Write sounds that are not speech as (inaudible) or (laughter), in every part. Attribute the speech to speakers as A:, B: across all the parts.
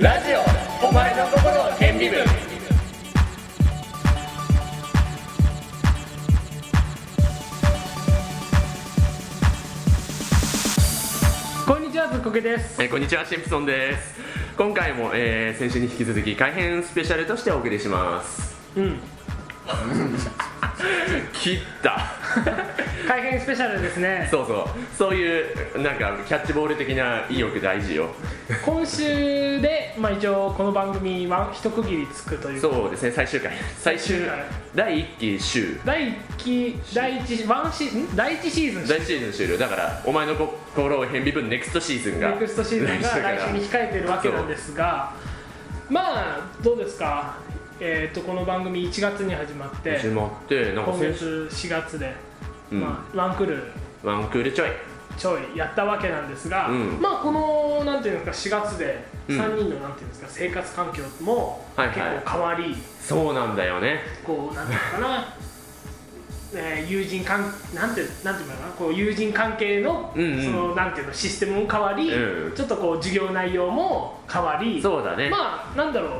A: ラジオお前の心を天理部
B: こんにちは、ずっこけです。
A: えーこんにちはシンプソンです今回も、えー先週に引き続き改編スペシャルとしてお送りします
B: うん、
A: (laughs) 切った
B: 改編スペシャルですね。
A: そうそうそういうなんかキャッチボール的な意欲大事よ
B: 今週で、まあ、一応この番組は一区切りつくという。
A: そうですね最終回最終
B: 終回
A: 第1期週
B: 第一期、第一、ワンシーズン、第一シーズン。
A: 第1シーズン終了だからお前の心を変微分ネクストシーズンが
B: ネクストシーズンが
A: 来週から
B: 来週に控えているわけなんですが。まあ、どうですか。えっ、と、この番組1月に始まって。
A: 始まってなんか
B: 今
A: 先週
B: 月4月で、
A: うん
B: まあ、ワンクール
A: ワンクールちょい
B: ちょいやったわけなんですが、
A: うん
B: まあこのなんていうのか4月で
A: うん
B: 3人のなんていうんですか、生活環境も
A: はい
B: 結
A: はい
B: 構変わり、
A: そうなんだよね
B: こうなんていうのかな、えー友人関なんてなんていうのかなこう友人関係の,、
A: うんうん
B: そのなんていうのシステムも変わり、
A: うん
B: ちょっとこう授業内容も変わり、
A: そうだね、
B: まあなんだろう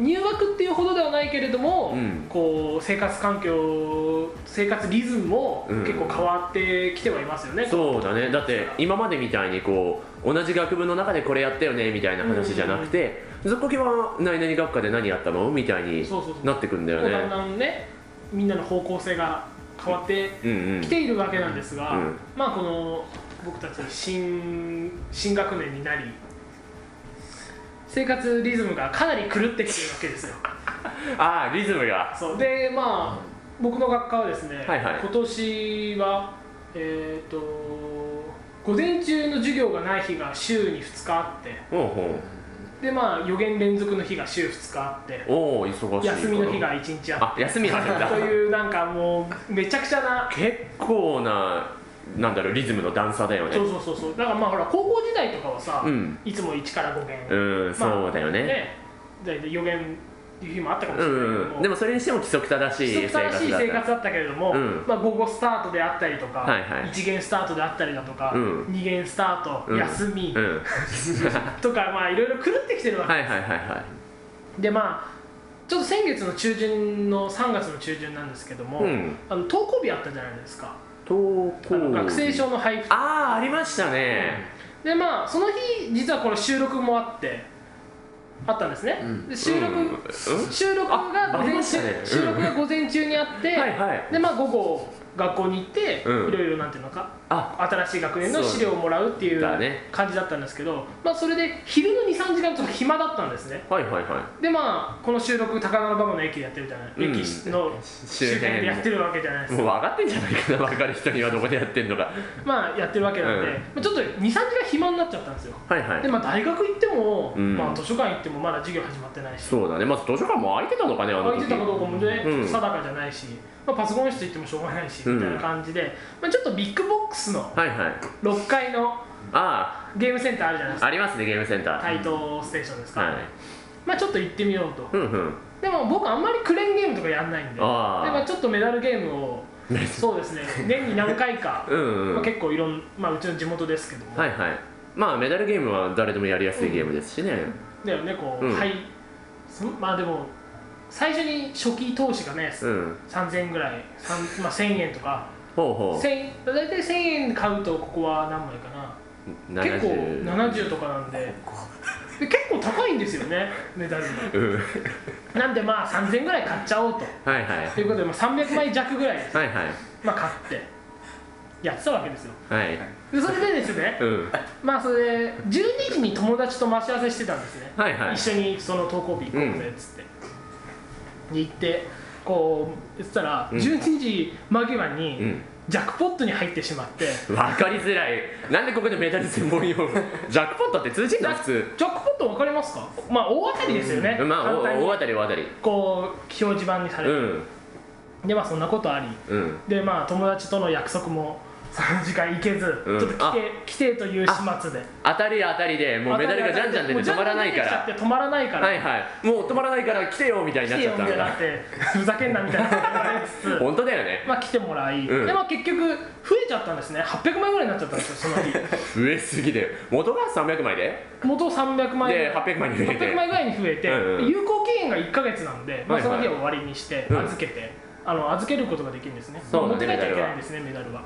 B: 入学っていうほどではないけれども、
A: うん
B: こう生活環境生活リズムも
A: うん
B: 結構変わってきてはいますよね、
A: そうだねだって今までみたいにこう同じ学部の中でこれやったよねみたいな話じゃなくて、ずっこけは何々学科で何やったのみたいに
B: そうそうそう
A: なってくんだよ
B: だん
A: ね
B: だんねみんなの方向性が変わって
A: うんうん
B: きているわけなんですが、
A: うん
B: まあこの僕たち新新学年になり生活リズムがかなり狂ってきてるわけですよ
A: ああリズムが
B: そうでまあ僕の学科はですね、
A: はいはい
B: 今年はえっ、と午前中の授業がない日が週に2日あって
A: おうほ
B: でまあ予言連続の日が週2日あって
A: うおう忙しいから
B: 休みの日が1日あ
A: あ
B: って
A: 休みあるん
B: (laughs)
A: だ
B: というなんかもうめちゃくちゃな
A: 結構ななんだろうリズムの段差だよね
B: そうそうそうそうだからまあほら高校時代とかはさ、
A: うん
B: いつも1から5限、
A: うんそうだよね,、
B: ね大体予言っていう日もあったかもし
A: う
B: れないけども、
A: んうん、でもそれにしても規則正しい
B: 規
A: 生活だった
B: 則正しい生活だったけれども、
A: うん
B: まあ、午後スタートであったりとか、
A: はいはい
B: 1限スタートであったりだとか、
A: うん
B: 2限スタート、
A: うん
B: 休み
A: うん
B: とか、まあ、いろいろ狂ってきてるわけ、
A: はいはいはいはい
B: でまあちょっと先月の中旬の3月の中旬なんですけども、
A: うん
B: あの登校日あったじゃないですか
A: 登
B: あの学生証
A: あ
B: の配布
A: あーありましたね、
B: でまあその日実はこの収録もあってあったんですね、で収録、
A: うん
B: 収録が
A: ああ
B: 午
A: りま
B: 前
A: し
B: 中、
A: たねうん
B: 収録が午前中にあって、
A: はいはい
B: でまあ午後学校に行って、
A: うん
B: いろいろなんていうのか
A: あ
B: 新しい学年の資料をもらうっていう
A: そうだね
B: 感じだったんですけど、まあ、それで昼の23時間ちょっと暇だったんですね
A: はいはいはい
B: でまあこの収録高田馬場の駅でやってるじゃない、
A: うん
B: 駅の
A: 周
B: 周
A: 辺
B: 辺でやってるわけじゃないです
A: もう
B: か
A: 分かってんじゃない (laughs) かな分かる人にはどこでやってんのか
B: まあやってるわけなんで、
A: うん
B: まあちょっと23時間暇になっちゃったんですよ
A: はいは
B: で
A: い
B: まあ、大学行っても、
A: うん
B: まあ、図書館行ってもまだ授業始まってないし
A: そうだねまず図書館も空いてたのかねあの
B: 空い
A: 時
B: てたかどうかもね、
A: うん
B: 定かじゃないし、まあ、パソコン室行ってもしょうがないし、
A: うん
B: みたいな感じで、まあ、ちょっとビッグボックスの
A: はいはい
B: 6階の
A: あ
B: ゲームセンターあるじゃないで
A: あ
B: すか
A: ありますねゲームセンター
B: 台東ステーションですか、
A: はい
B: まあ、ちょっと行ってみようと
A: うんうん
B: でも僕あんまりクレーンゲームとかやんないんでで、
A: あー
B: まあ、ちょっとメダルゲームをそうですね年に何回
A: (laughs)
B: か、
A: うんう
B: まあ、
A: ん
B: 結構いろん、まあ、うちの地元ですけども、
A: はいはいまあメダルゲームは誰でもやりやすいゲームですしね、
B: だよねこう、
A: うん
B: はいそまあでも最初に初期投資がね、
A: うん、
B: 3000円ぐらい、3まあ、1000円とか
A: ほうほ
B: 1000円大体1000円買うとここは何枚かな
A: う
B: 結構
A: 70
B: 70とかなんでで結構高いんですよねメダルが
A: うん
B: なんでまあ3000円ぐらい買っちゃおうと
A: はいはい
B: ということで、まあ、300枚弱ぐらい、
A: はいはい
B: まあ、買ってやってたわけですよ
A: はい
B: でそれでですね
A: うん
B: まあそれで12時に友達と待ち合わせしてたんですね
A: はいはい
B: 一緒にその登校日行こうぜっつって、で行ってこう言ってたら、
A: うん
B: 12時間際に、
A: うん
B: ジャックポットに入ってしまって
A: 分かりづらいなんでここでメダル専門用
B: (laughs)
A: 語ジャックポットって通じんの普通
B: ジャックポット分かりますかまあ大当たりですよね、
A: まあお
B: 簡単に
A: 大当たり大当たり
B: こう表示板にさ
A: う
B: れて、
A: ん
B: でまあそんなことあり
A: うん
B: でまあ友達との約束もその時間行けず、
A: うん
B: ちょっと
A: あ
B: 来て来てという始末で
A: 当たり当たりでもうメダルがじゃんじゃん出て止まらないから
B: もうジャンジャン出てきちゃって止まらないから、
A: はいはいもう止まらないから来てよみたいに
B: 来
A: なってちゃ
B: よ
A: っ
B: み
A: た
B: たい
A: ん
B: になっ
A: だ
B: てふざけんなみたいなこと言わ
A: (laughs)
B: れつつ
A: 本当だよね
B: まあ来てもらい、
A: うん
B: でまあ結局増えちゃったんですね800枚ぐらいになっちゃったんですよその日
A: 増えすぎで元が300枚で
B: 元300枚
A: で800枚に増えて
B: 800枚ぐらいに増えて、
A: うんうん
B: 有効期限が1か月なんで、まあ、
A: はいはい
B: その日は終わりにして
A: うん
B: 預けて、あの預けることができるんですね
A: そうだね
B: 持って帰っちゃいけ
A: メダル
B: な
A: はい
B: んですねメダルは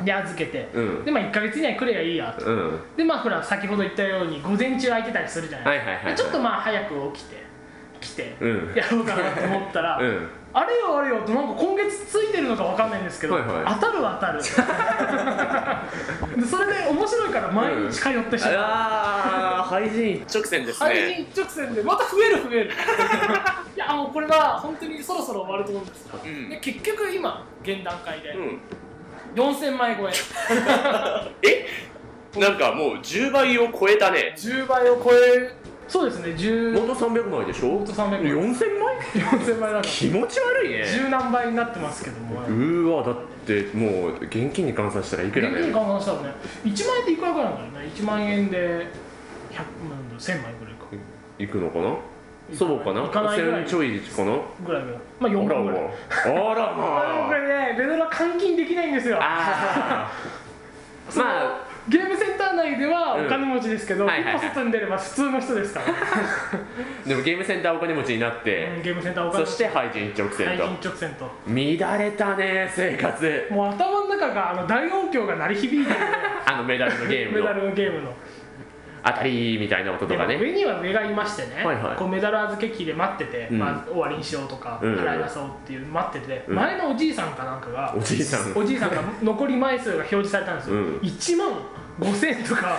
B: で預けて、
A: うん
B: でまあ1か月以内に来ればいいやと
A: うん
B: でまあほら先ほど言ったように午前中空いてたりするじゃないですか、
A: はいはいはいはい
B: でちょっとまあ早く起きて来て、
A: うん
B: やろうかなと思ったら、
A: うん
B: あれよあれよとなんか今月ついてるのかわかんないんですけど、
A: はいはい
B: 当たるは当
A: (laughs)
B: たるでそれで面白いから毎日通ってしまう、
A: ああ廃人一直線です
C: あれに一直線でまた増える増
B: (laughs)
C: えるいやもうこれは本当にそろそろ終わると思うんですが、
A: ん
C: で結局今現段階で
A: うん
C: 4000枚超え
A: えなんかもう10倍を超えたね
C: 10倍を超える
B: そうですね10
A: 元300枚でしょ
B: 元300枚
A: 4000枚
B: 4000倍だから
A: 気持ち悪いね
B: 十何倍になってますけども
A: うーわだってもう現金に換算したらいく
B: 現
A: らだ
B: 金に
A: よ
B: 換算したらね1万円っていくらぐらいなんだろうね1万円で100万だ1000枚ぐらいか
A: いくのかなそうかな
B: 行かないぐらい
A: 1000ちょいかな
B: ぐらいぐらいまあ
A: あ
B: 4
A: ら
B: 万ぐ
A: ま
B: らい
A: ああら
B: あ
A: ま
B: これねレドラ換金できないんですよ
A: ああ
B: その
A: まあ
B: ゲームセンター内ではお金持ちですけど、
A: うんはいはいはい
B: 一歩外に出れば普通の人ですから、
A: でもゲームセンターお金持ちになって、
B: うんゲームセンターお金
A: そ
B: 持ち
A: して廃人一直線
B: 最
A: と
B: 近直線と
A: 乱れたね生活
B: もう頭の中があの大音響が鳴り響い
A: (laughs)
B: てるね
A: あのメダルのゲーム
B: メダ
A: の
B: ルのゲームの
A: 当たりみたいな音と
B: で
A: か
B: も
A: ね
B: 上には上がいましてね、
A: はいはい
B: こうメダル預け機で待ってて、
A: うん
B: まあ、終わりにしようとか、
A: うんうん
B: 払い出そうっていう待ってて、
A: うん
B: 前のおじいさんかなんかが
A: おじいさん
B: おじいさんが残り枚数が表示されたんですよ、
A: うん
B: 1万5000
A: (laughs)
B: とか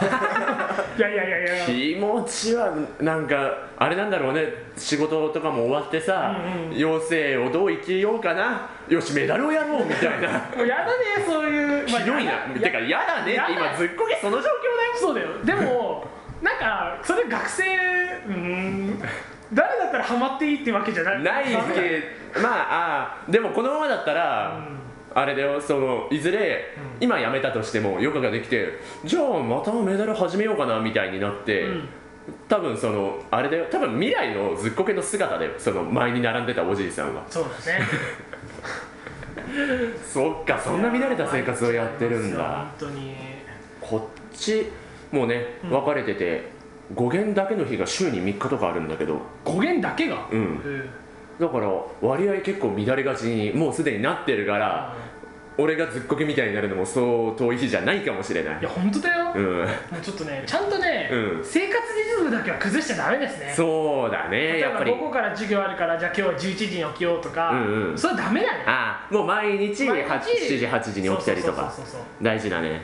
B: いやいやいやいや
A: 気持ちはなんかあれなんだろうね仕事とかも終わってさ、
B: うんうん
A: 余生をどう生きようかなよしメダルをやろうみたい
B: (laughs)
A: な
B: もうやだねそういう
A: ひどいな
B: やだ
A: てか嫌だねって
B: やだ
A: 今ずっこけその状況だよ
B: そうだよでもなんかそれ学生うーん誰だったらハマっていいってわけじゃない
A: ないけまああーでもこのままだったら、あれだよそのいずれ、
B: うん
A: 今やめたとしても余暇ができてじゃあまたメダル始めようかなみたいになって、
B: うん
A: 多分そのあれだよ多分未来のずっこけの姿だよその前に並んでたおじいさんは
B: そうだね
A: そっかそんな乱れた生活をやってるんだ
B: 本当に
A: こっちもうね
B: うん
A: 別れてて、語源だけの日が週に3日とかあるんだけど
B: 語源だけが
A: うん
B: ん
A: だから割合結構乱れがちにもうすでになってるから、俺がずっこけみたいになるのもそう遠い日じゃないかもしれない
B: いや本当だよ、
A: う
B: も
A: ん
B: うちょっとねちゃんとね、
A: うん
B: 生活リズムだけは崩しちゃダメですね
A: そうだね
B: 例え
A: やっ
B: ば
A: ぱり
B: 午後から授業あるからじゃあ今日は11時に起きようとか、
A: うんうん
B: それはダメだね
A: ああもう毎日
B: 毎日
A: は7時8時に起きたりとか
B: そうそうそうそう
A: 大事だね
B: そううん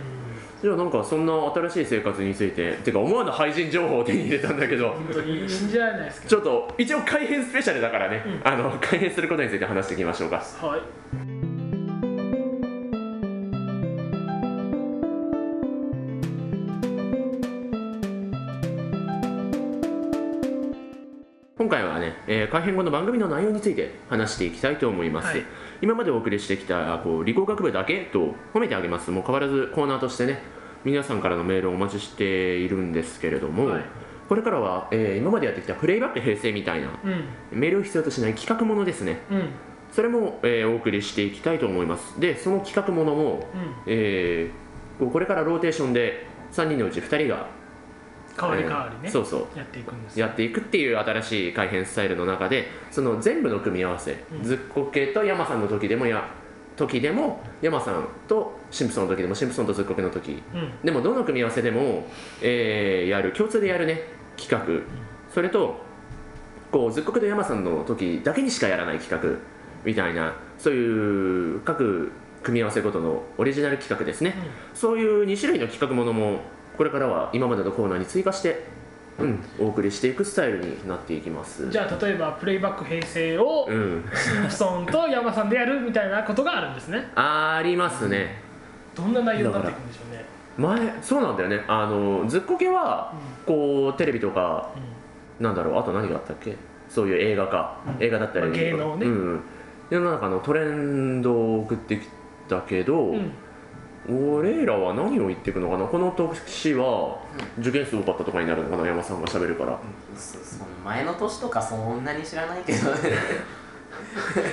A: じゃあなんかそんな新しい生活についててか思わぬ廃人情報を手に入れたんだけど
B: 本当に信じられないですけ
A: ちょっと一応改変スペシャルだからね、
B: うん
A: あの改変することについて話していきましょうか
B: どはい
A: 今回はね、えー改編後の番組の内容について話していきたいと思います、
B: はい
A: 今までお送りしてきたこう理工学部だけと褒めてあげますもう変わらずコーナーとしてね皆さんからのメールをお待ちしているんですけれども、
B: はい
A: これからは、えー今までやってきたプレイバック平成みたいな
B: うん
A: メールを必要としない企画ものですね
B: うんうん
A: それも、えーお送りしていきたいと思いますでその企画ものも、えーこうこれからローテーションで3人のうち2人が
B: 変わり変わりね、
A: えーそうそう
B: やっていくんですよ
A: やっていくっていう新しい改編スタイルの中でその全部の組み合わせ、
B: うん
A: ずっこけと山さんの時でもや時でも山さんとシンプソンの時でもシンプソンとずっこけの時
B: うん
A: でもどの組み合わせでも、えーやる共通でやるね企画それとこうずっこけと山さんの時だけにしかやらない企画みたいなそういう各組み合わせごとのオリジナル企画ですね、そういう2種類の企画ものもこれからは今までのコーナーに追加して、うん、お送りしていくスタイルになっていきます
B: じゃあ例えばプレイバック平成を
A: うん
B: シンプソンと山さんでやるみたいなことがあるんですね
A: ありますね
B: どんな内容になっていくんでしょうね
A: 前そうなんだよねあのずっこけはこうテレビとかなんだろうあと何があったっけそういう映画か、
B: うん
A: 映画だったり
B: まあ芸能ね
A: うん、世の中のトレンドを送ってきたけど、
B: うんうん (laughs)
A: 俺らは何を言っていくのかなこの年は受験数多かったとかになるのかな山さんが喋るから
D: そその前の年とかそんなに知らないけど (laughs)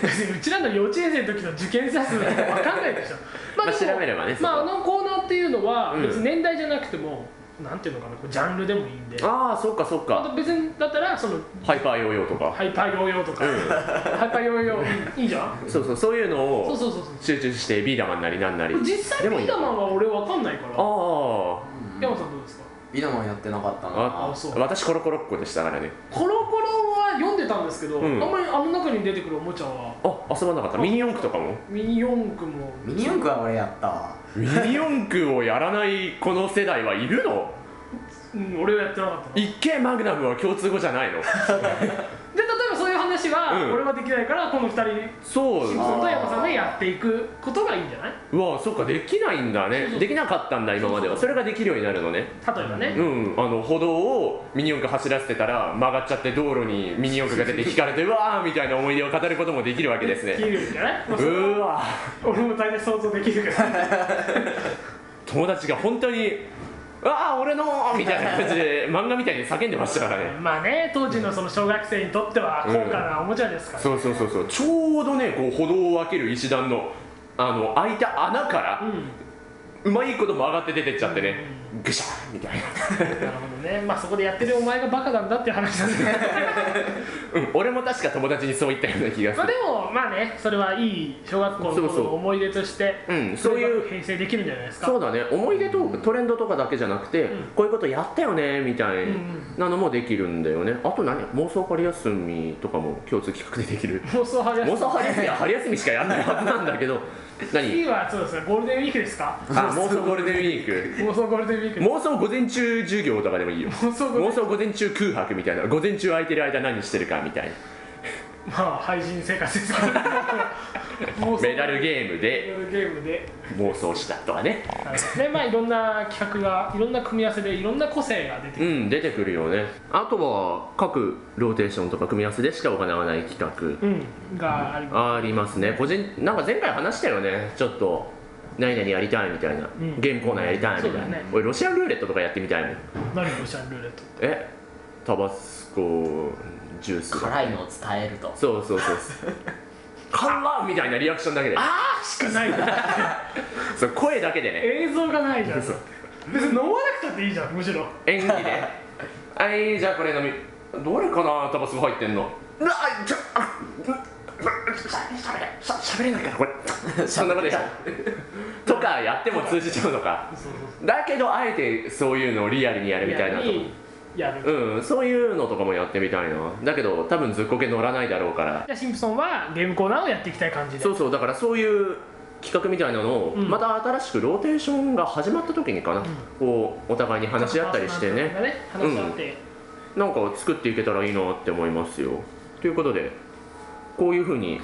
B: 別にうちらの幼稚園生の時の受験者数なんて分かんないでしょ
A: (laughs) まあ
B: でも
A: 調べればね
B: まあ、あのコーナーっていうのは
A: うん
B: 別に年代じゃなくても、なんていうのかなこうジャンルでもいいんであ
A: ああそっかそっか
B: と別にだったらその
A: ハイパーヨーヨーとか、
B: ハイパーヨーヨーとか、 (laughs) ハイパーヨーヨーいいじゃん
A: (laughs) そうそうそういうの
B: そう
A: を
B: そうそうそう
A: 集中してビーダマンなりなんなり
B: 実際ピーダマンは俺わかんないから
A: あ
B: 山さんどうですか
D: ビノマンやってなかったな
A: あ
B: あそう
A: あ私コロコロっ子でしたからね
B: コロコロは読んでたんですけど、
A: うん
B: あんまりあの中に出てくるおもちゃは
A: あ遊ばなかったミニ四駆とかも
B: ミニ四駆も
D: ミニ四駆は俺やったわ
A: ミニ四駆をやらないこの世代はいるの
B: うん、俺はやってなかったなで例え
A: 一見マグナムは共通語じゃないの
B: ばそういう話は、
A: うん
B: 俺はできないからこの二人
A: そ
B: シ
A: う
B: ムソンと山さんがやっていくことがいいんじゃないう
A: わそっかできないんだ
B: そうそ
A: ね
B: う
A: できなかったんだ今までは
B: そ
A: そうれ
B: そ
A: ができるようになるのね
B: 例えばね、
A: うんあの歩道をミニ四駆走らせてたら曲がっちゃって道路にミニ四駆が出て引かれてうわーみたいな思い出を語ることもできるわけです
B: でき
A: ね
B: るんじゃないうもうそれは
A: ーわ
B: 俺も大体想像でき
A: (laughs)
B: るから
A: 友達が本当に「ああ俺の!」みたいな感じで漫画みたいに叫んでましたからね
B: まあね当時のその小学生にとっては高価なおもちゃですから、
A: そうそうそうそうちょうどねこう歩道を分ける石段のあの開いた穴から
B: う
A: う
B: ん
A: まいこと曲がって出てっちゃってねぐしゃーみたいな、
B: なるほどねまあそこでやってるお前がバカなんだっていう話なんですけど
A: (laughs) うん、俺も確か友達にそう言ったような気がす
B: まあで
A: る
B: もまあねそれはいい小学校の頃の思い出として
A: うんそういう
B: 編成できるんじゃないですか
A: そうだね思い出とトレンドとかだけじゃなくて、
B: うん
A: こういうことやったよねみたい
B: うん
A: なのもできるんだよねあと何妄想春休みとかも共通企画でできる
B: (laughs) 妄想派
A: 妄
B: です
A: 想春休みは春休みしかやんないはずなんだけど何
B: 次はそうですねゴールデンウィークですか
A: あ
B: (laughs)
A: 妄想ゴールデンウィーク
B: 妄想ゴールデンウィーク
A: 妄想午前中授業とかでもいいよ
B: 妄想ゴールデ
A: 妄
B: ン
A: 想午前中空白みたいな午前中空いてる間何してるかみたいな
B: まあ廃人生活ですから
A: メダルゲ
B: ゲ
A: ームで
B: ームゲームで、
A: 妄想したとかね
B: はい、でまあいろんな企画がいろんな組み合わせでいろんな個性が出てく
A: う
B: る、
A: ん出てくるよねあとは各ローテーションとか組み合わせでしか行わない企画
B: うん、がありま
A: ありますね個人なんか前回話したよねちょっと何々やりたいみたいな、
B: うん
A: ゲームコーナーやりたいみたい
B: そう
A: な、
B: だね
A: 俺ロシアンルーレットとかやってみたいもん
B: す何ロシャンルーレット
A: えタバスコジュースだ
D: 辛いのを伝えると
A: そうそうそうそう
B: (laughs)
A: 辛っみたいなリアクションだけで
B: ああしかないじゃん
A: そう声だけでね
B: 映像がないじゃん別
A: そう
B: に飲まなくたっていいじゃんむしろ
A: 演技ではいじゃあこれ飲みどれかなタバスコ入ってんのうわあちょあうううしゃしゃべれしゃしゃべれないからこれそんなこと (laughs) やとかやっても通じちゃうのか
B: そうそう
A: だけどあえてそういうのをリアルにやるみたいなと
B: にやる、
A: うんそういうのとかもやってみたいなだけど多分ずっこけ乗らないだろうから
B: じゃあシンプソンはゲームコーナーをやっていきたい感じで
A: そうそうだからそういう企画みたいなのを、
B: うん
A: また新しくローテーションが始まった時にかな、こうお互いに話し合ったりしてね
B: パーソナリティがね話し合って、
A: なんか作っていけたらいいなって思いますよということでこういうふうに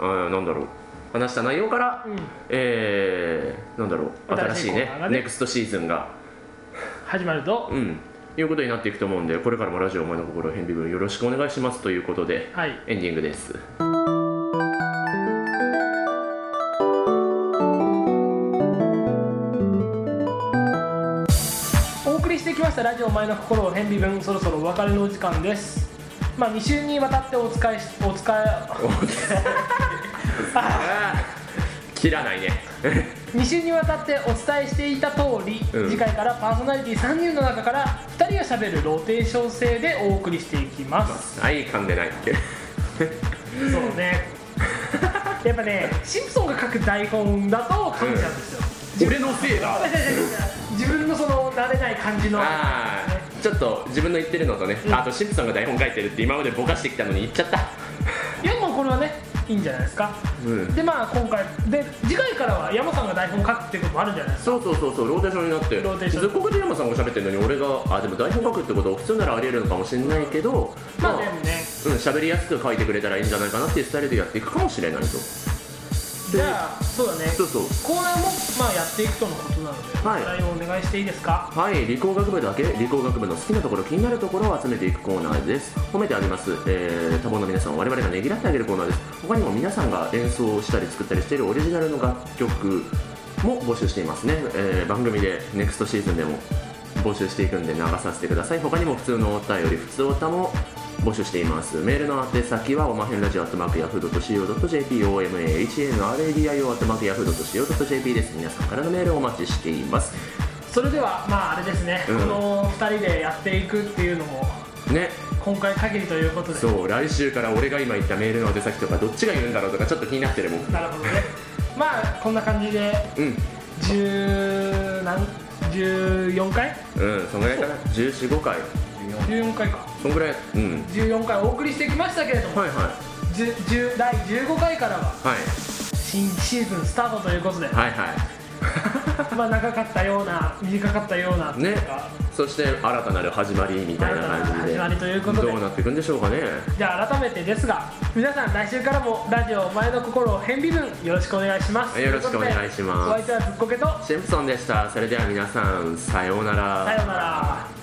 A: あーなんだろう話した内容から、
B: うん
A: えー、なんだろう新
B: 新
A: し
B: し
A: い
B: い
A: ね
B: コーナーがね
A: ネクストシーズンが
B: 始まると、
A: うん、いうことになっていくと思うんで、これからもラジオお前の心を変微分よろしくお願いしますということで、
B: はい
A: エンディングです。
B: お送りしてきましたラジオ前の心を変微分そろそろお別れのお時間ですまあ2週にわたってお使いしお使い (laughs)
A: 切らないね。
B: 2週にわたってお伝えしていた通り、
A: うん
B: 次回からパーソナリティ3人の中から2人がしゃべるローテーション制でお送りしていきます
A: はい、噛んでないっけ。
B: そうね
A: (laughs)
B: やっぱねシンプソンが書く台本だと噛んじゃうんですよ、
A: 俺のせいだ。
B: 違う違う違う (laughs) 自分のその慣れない感じの
A: ああ、ちょっと自分の言ってるのとね、
B: ん
A: あとシンプソンが台本書いてるって今までぼかしてきたのに言っちゃった。
B: いやもうこれはねいいんじゃないですか、
A: うん
B: でまあ今回で次回からは山さんが台本書くっていうこともあるんじゃないですか
A: そうそうそうそう、ローテーションになって。
B: ローテーション
A: ずっこけで山さんが喋ってるのに、俺が、あ、でも台本書くってこと、普通ならあり得るのかもしれないけど。
B: まあでもね
A: うん、喋りやすく書いてくれたらいいんじゃないかなっていうスタイルでやっていくかもしれないとそ
B: じゃあそうだね
A: うそう
B: コーナーもまあやっていくとのことなので、
A: はい
B: お題をお願いしていいですか
A: はい理工学部だけ理工学部の好きなところ気になるところを集めていくコーナーです褒めてあげます、えー、多忙の皆さんを我々がねぎらってあげるコーナーです他にも皆さんが演奏したり作ったりしているオリジナルの楽曲も募集していますね、えー番組でネクストシーズンでも募集していくんで流させてください他にも普通のお便り普通おたも募集していますメールの宛先はおまへんラジオアットマークヤフー .co.jp omahradio アットマークヤフー .co.jp です皆さんからのメールをお待ちしています
B: それではまああれですね、
A: うん
B: この2人でやっていくっていうのも
A: ね
B: 今回限りということで
A: そう来週から俺が今言ったメールの宛先とかどっちが言うんだろうとかちょっと気になってるもん
B: なるほどねまあこんな感じで
A: うん
B: 10何14回
A: うんそのぐらいかな1415回
B: 14回か
A: そんぐらいうん
B: 14回お送りしてきましたけれども、
A: はいはい
B: じゅ10第15回からは
A: はい
B: 新シーズンスタートという
A: (laughs)
B: ことで、
A: はいはい
B: まあ長かったような短かったような
A: ね
B: とか
A: そして新たなる始まりみたいな感じで
B: 新たなる始まりということで
A: どうなっていくんでしょうかね
B: じゃあ改めてですが皆さん来週からもラジオ「前の心を変微分」よろしくお願いします
A: よろしくお願いします
B: ということでお相手はずっこけと
A: シンプソンでしたそれでは皆さんさようなら
B: さようなら